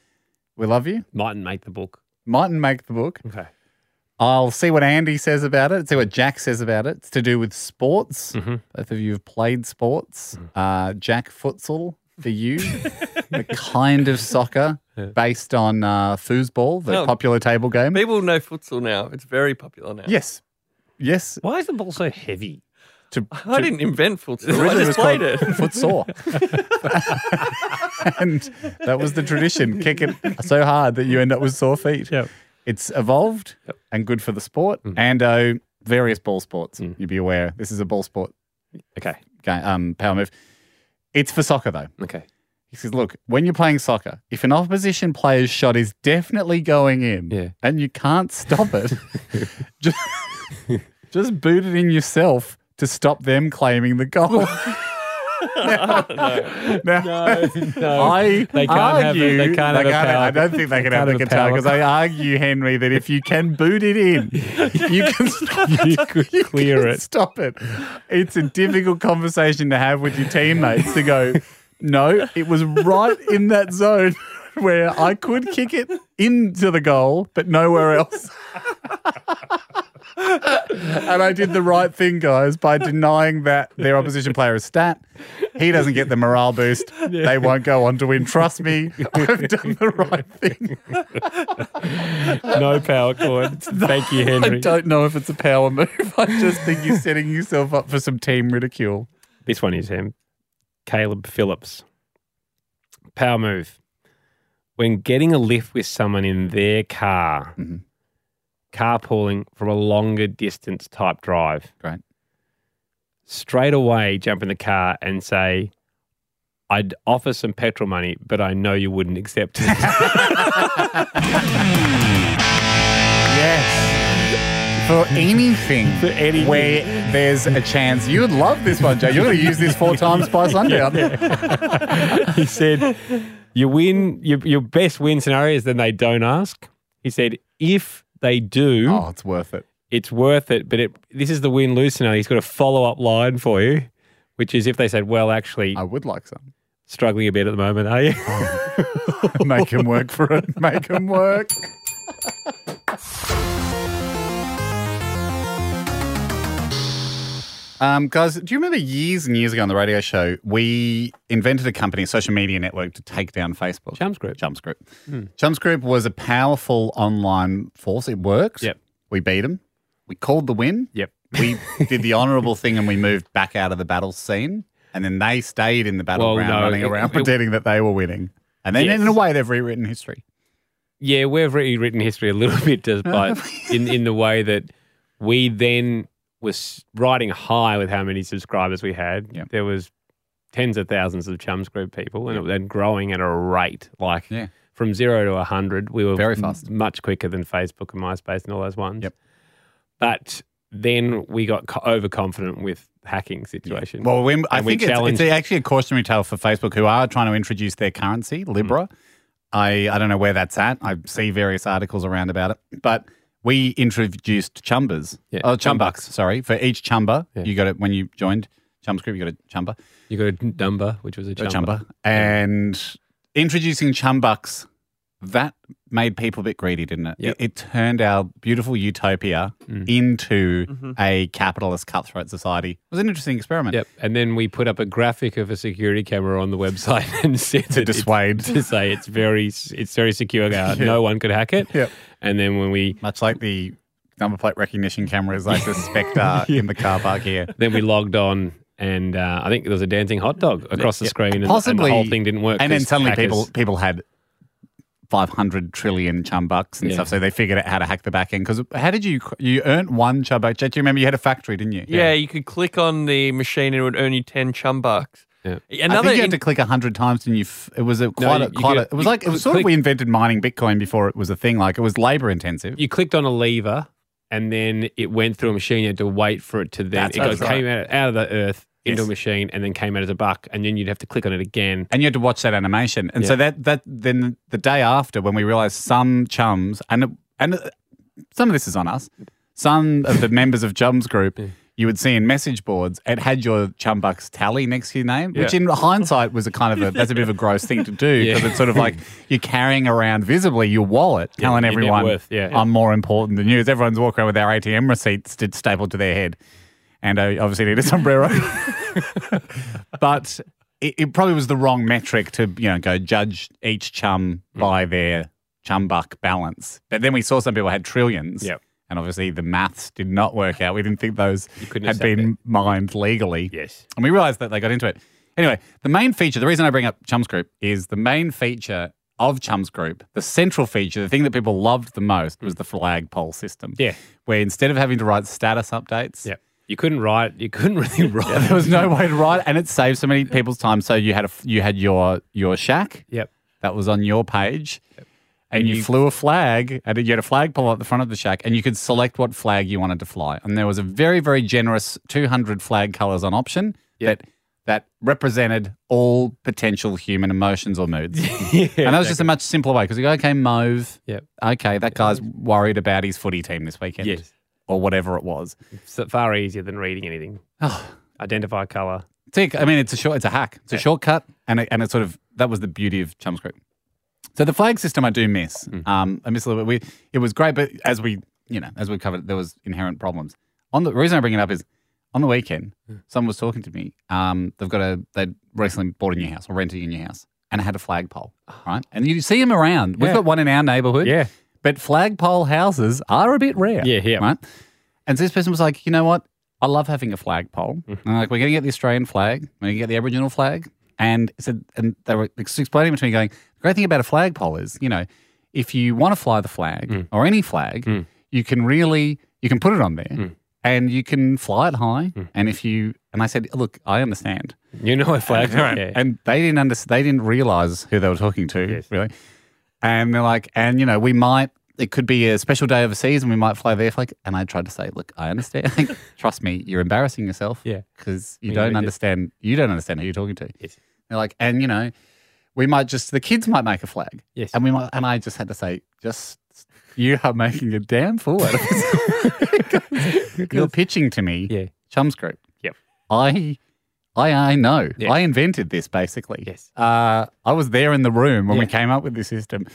S4: We love you.
S3: Mightn't make the book.
S4: Mightn't make the book.
S3: Okay.
S4: I'll see what Andy says about it, see what Jack says about it. It's to do with sports.
S5: Mm-hmm.
S4: Both of you have played sports. Uh, Jack, futsal for you, the kind of
S5: <laughs>
S4: soccer based on uh, foosball, the
S5: No.
S4: popular table game.
S5: People know futsal now. It's very popular now.
S4: Yes. Yes.
S3: Why is the ball so heavy? <laughs>
S4: To,
S5: I
S4: to-
S5: didn't invent futsal. I
S4: Originally it was
S5: just played
S4: <laughs>
S5: it.
S4: called Footsore. and that was the tradition. Kick it so hard that you end up with sore feet. It's evolved and good for the sport. And uh, various ball sports, you'd be aware. This is a ball sport
S3: okay.
S4: game, um, power move. It's for soccer, though.
S3: Okay.
S4: He says, look, when you're playing soccer, if an opposition player's shot is definitely going in and you can't stop
S3: <laughs>
S4: it, just, just boot it in yourself to stop them claiming
S3: <laughs>
S4: the goal. <laughs> No, I
S3: They can't have
S4: argue.
S3: a- they can't have a
S4: can't-
S3: power-
S4: I don't think they
S3: they can't
S4: can have the
S3: have a
S4: guitar
S3: power.
S4: because I argue, Henry, that if you can boot
S3: <laughs>
S4: it in, you can stop <laughs> you
S3: could
S4: clear
S3: it.
S4: Stop it. It's a difficult conversation to have with your teammates to go, no, it was right in that zone <laughs> where I could kick it into the goal, but nowhere else. <laughs> and I did the right thing, guys, by denying that their opposition player is stat. He doesn't get the morale boost. They won't go on to win. Trust me, I've done the right thing.
S3: no power <laughs> chord. Thank you,
S4: I
S3: Henry.
S4: don't know if it's a power move. <laughs> I just think you're setting yourself up for some team ridicule.
S3: This one is him. Caleb Phillips. Power move. When getting a lift with someone in their car, carpooling from a longer distance type drive.
S4: Great.
S3: Straight away jump in the car and say, I'd offer some petrol money, but I know you wouldn't accept it.
S4: Yes. For anything, For anything where there's a chance, you would love this one, Jay. You're going to use this four times by sundown. <laughs>
S3: he said, "You win. Your, your best win scenario is then they don't ask." He said, "If they do, oh,
S4: it's worth it.
S3: It's worth it." But it, this is the win lose scenario. He's got a follow up line for you, which is if they said, "Well, actually, I
S4: would like some."
S3: Struggling a bit at the moment, are you?
S4: <laughs> Make him work for it. Make him work. Um, guys, do you remember years and years ago on the radio show, we invented a company, a social media network, to take down Facebook? Chums
S3: Group.
S4: Chums Group. Chums Group was a powerful online force. It worked.
S3: Yep.
S4: We beat them. We called the win.
S3: <laughs> Yep.
S4: We did the honourable thing and we moved back out of the battle scene. And then they stayed in the battleground
S3: no,
S4: running
S3: it-
S4: around
S3: it-
S4: pretending that they were winning. And then in a way, they've rewritten history.
S3: Yeah, we've rewritten history a little <laughs> bit, just by in in the way that we then was riding high with how many subscribers we had. There was tens of thousands of Chums Group people, and then growing at a rate like from zero to hundred. We were very fast, much quicker than Facebook and MySpace and all those ones. Yep. But then we got co- overconfident with hacking situation.
S4: Well, when, I
S3: And we
S4: think it's, it's
S3: challenged-
S4: actually a cautionary tale for Facebook, who are trying to introduce their currency,
S3: Mm.
S4: Libra. I, I don't know where that's at. I see various articles around about it. But we introduced chumbers. Oh, chumbucks, sorry. For each chumba, you got it when you joined Chums Group, you got a chumba.
S3: You got a number, which was a
S4: a
S3: chumba.
S4: chumba. And introducing chumbucks, that made people a bit greedy, didn't it? It, it turned our beautiful utopia
S3: Mm.
S4: into a capitalist cutthroat society. It was an interesting experiment.
S3: Mm-hmm. Yep. And then we put up a graphic of a security camera on the website <laughs> and said to <laughs>
S4: dissuade
S3: to say it's very it's very secure. now.
S4: <laughs> Yeah.
S3: No one could hack it.
S4: Yep.
S3: And then when we
S4: much like the number plate recognition cameras, like
S3: <laughs>
S4: the Spectre in the car park here.
S3: Then we logged on. And uh, I think there was a dancing hot dog across the
S4: Yeah.
S3: screen, and,
S4: Possibly,
S3: and the whole thing didn't work.
S4: And then
S3: 'cause
S4: suddenly
S3: hackers-
S4: people people had five hundred trillion chumbucks and
S3: Yeah.
S4: stuff, so they figured out how to hack the back end. Because how did you you earned one chumbuck? Do you remember you had a factory, didn't you?
S5: Yeah, you could click on the machine and it would earn you 10 chum bucks.
S3: Yeah.
S4: I
S5: Another
S4: think you had
S5: in-
S4: to click a hundred times, and you. F- it was a quite
S5: you-
S4: a
S5: you
S4: quite.
S5: get
S4: a,
S5: a-
S4: it was
S5: you
S4: like it was sort of
S5: click-
S4: we invented mining Bitcoin before it was a thing. Like it was labor intensive.
S3: you clicked on a lever, and then it went through a machine. You had to wait for it to then
S4: That's
S3: it
S4: right.
S3: goes,
S4: That's
S3: came
S4: right.
S3: out, out of the earth into
S4: Yes.
S3: a machine, and then came out as a buck, and then you'd have to click on it again.
S4: and you had to watch that animation. And so
S3: Yeah.
S4: that that then the day after, when we realized some chums and and uh, some of this is on us, some of the members of Chums Group. You would see in message boards, it had your Chumbucks tally next to your name, which
S3: Yeah.
S4: in hindsight was a kind of a, that's a bit of a gross thing to do because
S3: <laughs> Yeah.
S4: it's sort of like you're carrying around visibly your wallet, telling
S3: your net
S4: everyone
S3: worth, yeah.
S4: I'm more important than you. As everyone's walking around with their ATM receipts st- stapled to their head, and I obviously need a sombrero.
S3: <laughs>
S4: but it, it probably was the wrong metric to you know go judge each chum
S3: Mm.
S4: by their chum buck balance. But then we saw some people had trillions.
S3: Yep.
S4: And obviously the maths did not work out. We didn't think those
S3: couldn't
S4: had
S3: accept
S4: been mined legally.
S3: Yes.
S4: And we realized that they got into it. Anyway, the main feature, the reason I bring up Chums Group is the main feature of Chums Group, the central feature, the thing that people loved the most was the flag poll system.
S3: Mm. Yeah.
S4: Where instead of having to write status updates,
S3: Yep. You couldn't write. You couldn't <laughs> really write.
S4: yeah, <laughs> there was no way to write, and it saved so many people's time. So you had a f- you had your your shack.
S3: Yep.
S4: That was on your page, and you, flew a flag, and you had a flag pole at the front of the shack, and you could select what flag you wanted to fly. And there was a very very generous two hundred flag colors on option that that represented all potential human emotions or <laughs> moods. and that was just a much simpler way because you go, okay, mauve.
S3: Yep.
S4: Okay, that guy's worried about his footy team this weekend.
S3: Yes.
S4: Or whatever it <sighs> was.
S3: so far easier than reading anything. Identify color.
S4: Tick. I mean, it's a short. It's a hack. It's a shortcut, and it, and it's sort of that was the beauty of Chums Group. So the flag system, I do
S3: Mm-hmm.
S4: miss. Um, I miss a little bit. We it was great, but as we you know as we covered, there was inherent problems. on the reason I bring it up is on the weekend,
S3: Mm.
S4: someone was talking to me. Um, they've got a they recently bought a new house or renting a new house, and it had a flagpole, right? And you see them around. We've
S3: Ah. Yeah.
S4: got one in our neighborhood.
S3: Yeah.
S4: But flagpole houses are a bit rare. Yeah, yeah. Right? And so this person was like, you know what? I love having a flagpole. And I'm like, we're going to get the Australian flag. We're going to get the Aboriginal flag. And it said, and they were explaining between going, the great thing about a flagpole is, you know, if you want to fly the flag or any flag, you can really, you can put it on there and you can fly it high. And if you, and I said, look, I understand.
S3: You know a <laughs> flag.
S4: Right.
S3: Yeah.
S4: And they didn't understand, they didn't realize who they were talking to, really. And they're like, and you know, we might, it could be a special day overseas and we might fly their flag. And I tried to say, look, I understand. <laughs> Like, Trust me, you're embarrassing yourself.
S3: Yeah.
S4: Because you
S3: Yeah,
S4: don't
S3: we did.
S4: understand, you don't understand who you're talking to. They're like, and you know, we might just, the kids might make a flag. Yes. And we might, and I just had to say, just, you are making a damn
S3: <laughs>
S4: fool out of yourself. you're pitching to me, <laughs> yeah. Chums Group.
S3: Yep.
S4: I I I know. I invented this basically. Yes. Uh, I was there in the room when we came up with this system.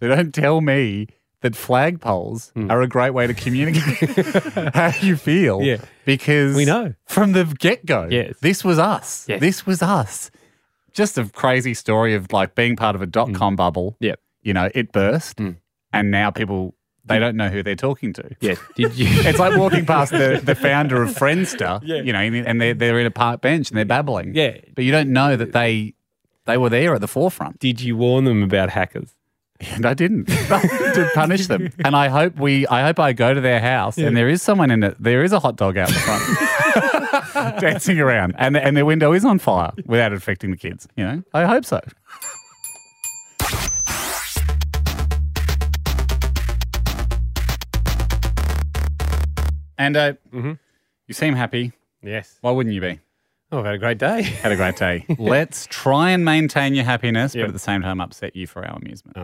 S4: So don't tell me that flagpoles
S3: Hmm.
S4: are a great way
S3: <laughs>
S4: to communicate how you feel.
S3: Yeah.
S4: Because
S3: We know.
S4: from the get go.
S3: Yes.
S4: This was us. This was us. Just a crazy story of like being part of a dot com bubble.
S3: Hmm. Yep. Hmm.
S4: You know, it burst and now people they don't know who they're talking to.
S3: Yes. Did you? <laughs>
S4: it's like walking past the, the founder of Friendster, you know, and and they're, they're in a park bench and they're babbling.
S3: Yeah.
S4: But you don't know that they they were there at the forefront.
S3: Did you warn them about hackers?
S4: And I didn't <laughs> to punish them. And I hope we I hope I go to their house and there is someone in it. There is a hot dog out the front dancing around and and their window is on fire without affecting the kids, you know. I hope so. And uh, you seem happy.
S3: Yes.
S4: Why wouldn't you be?
S3: Oh, I've <laughs> had a great day.
S4: Had a great day. <laughs> Let's try and maintain your happiness, but at the same time upset you for our amusement.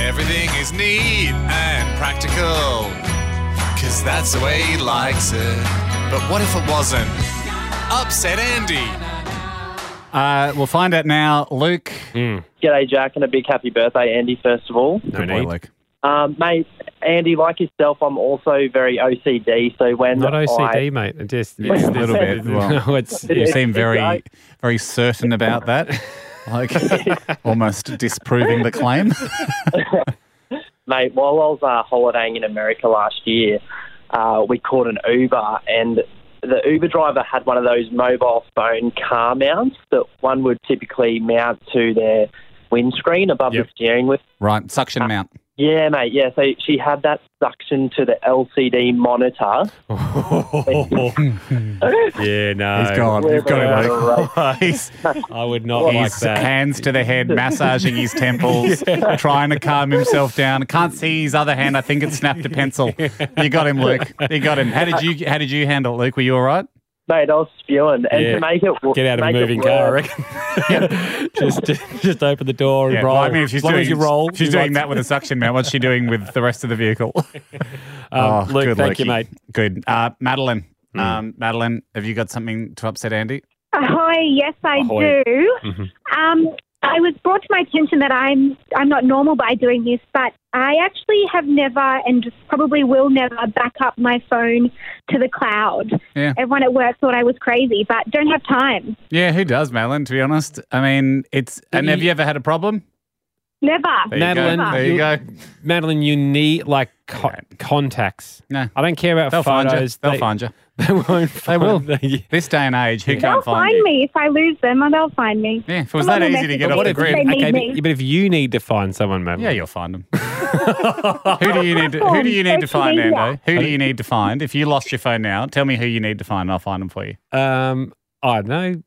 S9: Everything is neat and practical, because that's the way he likes it. But what if it wasn't? Upset Andy.
S4: Uh, we'll find out now, Luke.
S15: G'day, Jack, and a big happy birthday, Andy, first of all.
S4: Good boy, Luke.
S15: Um, mate, Andy, like yourself, I'm also very OCD, so when
S3: Not OCD,
S15: I,
S3: mate. It Just
S15: Yeah,
S4: a little bit. Well,
S3: no, <laughs> it's
S4: you seem very, very certain about that. Like almost disproving the claim.
S15: mate, while I was uh, holidaying in America last year, uh, we caught an Uber, and the Uber driver had one of those mobile phone car mounts that one would typically mount to their windscreen above the steering wheel.
S4: Right, suction mount.
S15: Yeah, mate. Yeah, so she had that suction to the LCD
S4: Oh,
S15: monitor.
S3: <laughs> yeah, no.
S4: He's gone. You've got him, <laughs> Luke. He's-
S3: I would not like
S4: He's
S3: that.
S4: hands to the head, massaging his temples, trying to calm himself down. Can't see his other hand. I think it snapped a pencil. You got him, Luke. You got him. How did you? How did you handle it, Luke? Were you all right?
S15: Mate, I was spewing, and
S4: Yeah.
S15: to make it wo-
S4: Get out of a
S15: make it
S4: moving car, I
S15: worse-
S4: reckon.
S3: <laughs> just, just open the door and
S4: Yeah,
S3: roll.
S4: well, I mean, if she's
S3: as long
S4: doing,
S3: as you roll,
S4: she's
S3: you
S4: doing
S3: might-
S4: that with a suction mount. What's she doing with the rest of the vehicle? <laughs> Oh,
S3: Um, Luke, thank you,
S4: Lukey.
S3: mate. Hmm.
S4: Good, uh, Madeline. Um, Madeline, have you got something to upset Andy?
S17: Uh, Hi, yes, I
S4: Ahoy. Mm-hmm.
S17: do. Um, I was brought to my attention that I'm I'm not normal by doing this, but I actually have never and probably will never back up my phone to the cloud.
S4: Yeah.
S17: Everyone at work thought I was crazy, but don't have time.
S4: Yeah, who does, Madeline? To be honest, I mean, it's. And have you ever had a problem?
S17: Never.
S4: There you go.
S17: Never.
S4: There you go.
S3: Madeline, you need like co- contacts.
S4: No,
S3: I don't care about
S4: They'll find
S3: photos.
S4: you.
S3: <laughs>
S4: They'll find you.
S3: They won't.
S4: They
S3: Find
S4: will.
S3: you.
S4: this day and age, who
S17: They'll
S4: can't find
S17: find,
S4: you?
S17: me if I lose them. They'll find me.
S4: Yeah, if it
S3: It
S4: was that easy to get off
S3: what
S4: the
S3: if-
S4: grid.
S17: They need
S3: Okay,
S17: me.
S3: but, but if you need to find someone, Madeline,
S4: Yeah, you'll find them. <laughs> who do you need? To, who do you need to find, Ando? Who do you need to find? If you lost your phone now, tell me who you need to find, and I'll find them for you.
S3: Um, I don't know.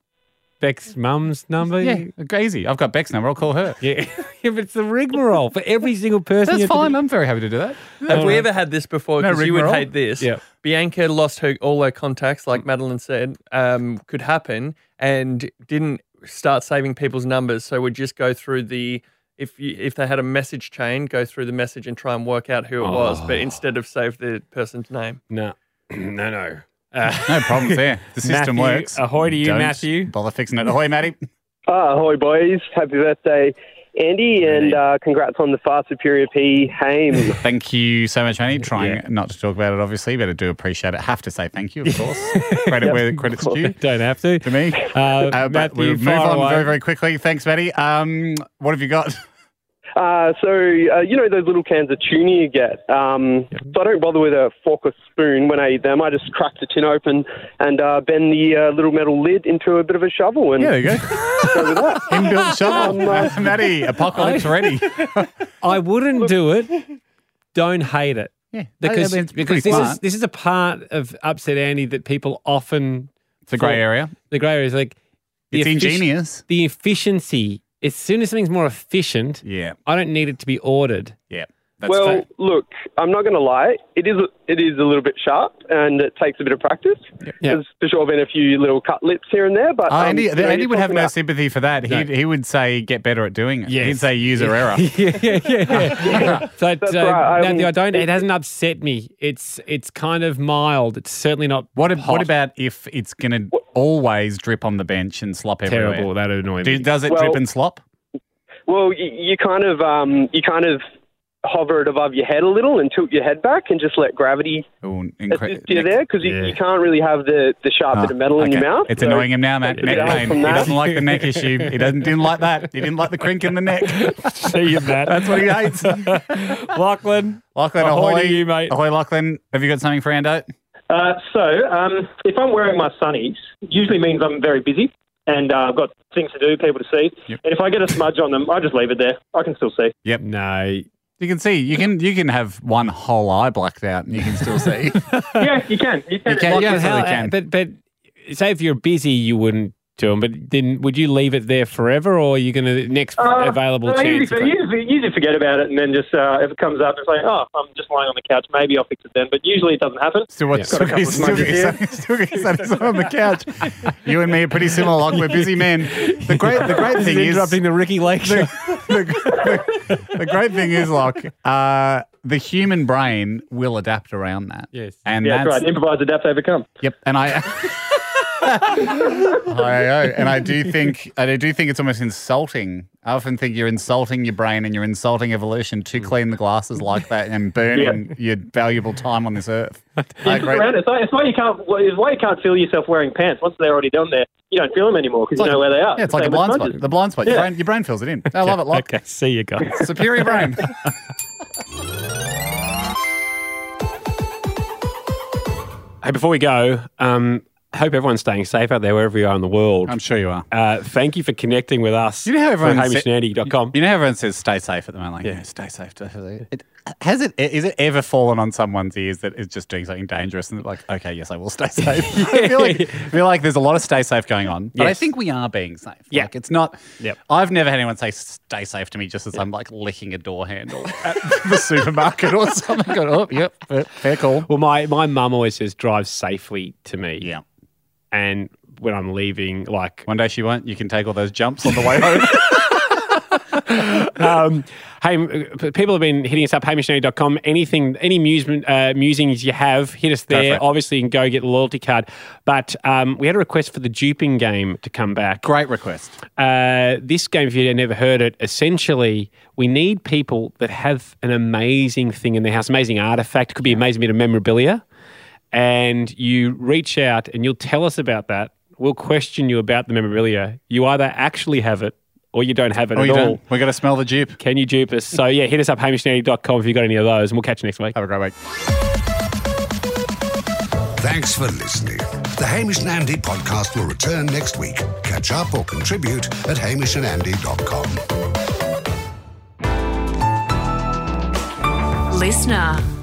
S3: Beck's mum's number.
S4: Yeah, crazy. I've got Beck's number. I'll
S3: <laughs>
S4: call her.
S3: Yeah, if it's the rigmarole for every single person.
S4: That's
S3: you have to
S4: fine.
S3: do-
S4: I'm very happy
S3: <laughs>
S4: to do that.
S5: Have we ever had this before?
S3: No
S5: Because you would
S3: rigmarole.
S5: hate this.
S3: Yeah.
S5: Bianca lost her all her contacts,
S4: Mm.
S5: like Madeline said, um, could happen, and didn't start saving people's numbers. So would just go through the if you, if they had a message chain, go through the message and try and work out who it was,
S4: Oh.
S5: but instead of save the person's name.
S3: No, <clears throat> no, no. Uh,
S4: No problems there. The system
S3: Matthew,
S4: works.
S3: Ahoy to you,
S4: Don't
S3: Matthew.
S4: Bother fixing it. Ahoy, Matty.
S18: Ah, hi boys. Happy birthday,
S5: Andy, and uh, congrats on the far superior P. Haim.
S4: Thank you so much, Andy. Trying not to talk about it, obviously, but I do appreciate it. Have to say
S3: <laughs>
S4: thank you, of course. Credit where credit's due.
S19: Don't have to.
S4: To me. Uh, but
S19: Matthew,
S4: we'll move
S19: fire
S4: on
S19: away.
S4: very, very quickly. Thanks, Matty. Um, what have you got?
S5: Uh, so, uh, you know those little cans of tuna you get? Um, So I don't bother with a fork or spoon when I eat them. I just crack the tin open and uh, bend the uh, little metal lid into a bit of a shovel.
S4: <laughs>
S5: And
S4: yeah, there you go. <laughs> Inbuilt
S5: <laughs>
S4: shovel.
S5: Um,
S4: <laughs>
S5: uh,
S4: Matty, apocalypse
S3: I- <laughs>
S4: ready.
S3: I wouldn't do
S4: <laughs>
S3: it. Don't hate it.
S4: Yeah,
S3: Because,
S4: I mean, it's pretty
S3: because this,
S4: smart.
S3: is, this is a part of Upset Andy that people often.
S4: It's a grey
S3: fall-
S4: area.
S3: The grey area is like. the
S4: It's
S3: effic-
S4: ingenious.
S3: The efficiency. As soon as something's more efficient,
S4: yeah,
S3: I don't need it to be ordered.
S4: Yeah.
S5: well, look, I'm not going to lie. It is it is a little bit sharp, and it takes a bit of practice. There's for sure been a few little cut lips here and there, but
S4: Uh,
S5: um,
S4: Andy,
S5: you know,
S4: Andy
S5: you're
S4: would have
S5: talking
S4: no
S5: about-
S4: sympathy for that. He'd, he would say, get better at doing it. He'd
S3: <laughs>
S4: say user error.
S3: yeah, yeah, yeah. <laughs> <laughs> yeah. So,
S4: That's
S3: so
S4: right,
S3: Matthew,
S4: um,
S3: uh, I don't.
S4: it-
S3: It hasn't upset me. It's it's kind of mild. It's certainly not.
S4: What, ab-
S3: hot.
S4: what about if it's going to always drip on the bench and slop everywhere?
S3: Terrible, that would annoy
S4: Do,
S3: me.
S4: does it
S5: Well-
S4: drip and slop?
S5: Well, you, you kind of um, you kind of hover it above your head a little and tilt your head back and just let gravity
S4: Oh,
S5: assist you there because you, you can't really have the, the sharp bit of metal in your
S4: Ah, Okay.
S5: mouth.
S4: It's
S5: so
S4: annoying him now, Matt.
S5: take a
S4: Neck
S5: bit out
S4: pain.
S5: from
S4: He
S5: that.
S4: doesn't like the neck issue. He doesn't didn't like that. He didn't like the crink in the neck.
S3: See you, Matt.
S4: That's what he hates.
S3: <laughs> Lachlan.
S4: Lachlan, ahoy,
S3: Ahoy to you, mate.
S4: Ahoy, Lachlan. Have you got something for Ando?
S15: Uh, so, um, if I'm wearing my sunnies, it usually means I'm very busy and uh, I've got things to do, people to see. And if I get a smudge on them, I just leave it there. I can still
S4: <laughs>
S15: see.
S4: Yep.
S3: No.
S4: You can see. You can you can have one whole eye blacked out and you can still see.
S15: yeah, you can. You can.
S4: You can, yeah,
S3: how-
S4: can.
S3: But but say if you're busy, you wouldn't do them. But then would you leave it there forever, or are you going to next
S4: Uh,
S3: available
S15: I
S3: chance?
S15: Uh, usually,
S3: <laughs>
S15: usually, usually forget about it and then just, uh, if it comes up, it's like, oh, I'm just lying on the couch. Maybe I'll fix it then. But usually it doesn't happen.
S4: Still watch
S15: Got a couple of
S4: still
S15: smudges
S4: get
S15: here.
S4: something- still get something on the couch. You and me are pretty similar. Like we're busy men. The great the great
S3: This
S4: thing
S3: is
S4: is
S3: interrupting the Ricky
S4: <laughs>
S3: Lake show.
S4: the great thing is, like, uh, the human brain will adapt around that.
S3: Yes.
S4: And
S15: yeah, that's
S4: that's,
S15: right. Improvise, adapt, overcome.
S4: Yep. And <laughs> I, I oh, and I do think I do think it's almost insulting. I often think you're insulting your brain and you're insulting evolution to clean the glasses like that and burning your valuable time on this <laughs> earth. I
S15: It's,
S4: agree.
S15: around, it's, why, it's why you can't. It's why you can't feel yourself wearing pants once they're already down there. You don't feel them anymore because you know where they are.
S4: Yeah, it's like a
S15: Same
S4: blind
S15: with
S4: spot.
S15: sponges.
S4: The blind spot. Your,
S15: Yeah.
S4: brain, your brain fills it in. I love it, Locke.
S3: Okay, see you guys.
S4: Superior <laughs> brain.
S3: Hey, before we go, um, hope everyone's staying safe out there wherever you are in the world. I'm
S4: sure you are.
S3: Uh, thank you for connecting with us.
S4: You know how everyone sa-
S3: HamishNandy.com.
S4: You know how everyone says stay safe at the moment. Like, yeah, stay safe. stay safe." It, has it? Is it ever fallen on someone's ears that it's just doing something dangerous and they're like, okay, yes, I will stay safe. <laughs> I feel like I feel like there's a lot of stay safe going on, but I
S3: Yes.
S4: think we are being safe. Yeah, like, it's not.
S3: Yep.
S4: I've never had anyone say stay safe to me just as I'm like licking a door <laughs> handle at the supermarket or something. Go, <laughs> oh, yep, fair- fair call.
S3: Well, my, my mum always says drive safely to me.
S4: Yeah.
S3: And when I'm leaving, like
S4: one day she won't. You can take all those jumps on the <laughs> way home.
S3: um, hey, m- p- people have been hitting us up, hamishnandy.com. Anything, any musement, uh, musings you have, hit us
S4: Go for
S3: there.
S4: it.
S3: Obviously, you can go get the loyalty card. But um, we had a request for the duping game to come back.
S4: Great request.
S3: Uh, this game, if you've never heard it, essentially, we need people that have an amazing thing in their house, amazing artifact, could be amazing bit of memorabilia. And you reach out and you'll tell us about that. We'll question you about the memorabilia. You either actually have it or you don't have it
S4: Oh,
S3: at
S4: you
S3: all.
S4: don't? We're going to smell the dupe.
S3: Can you dupe us? So, yeah, hit us up, hamishnandy.com if you've got any of those, and we'll catch you next week.
S4: Have a great week.
S2: Thanks for listening. The Hamish and Andy podcast will return next week. Catch up or contribute at hamishandandy.com.
S10: Listener.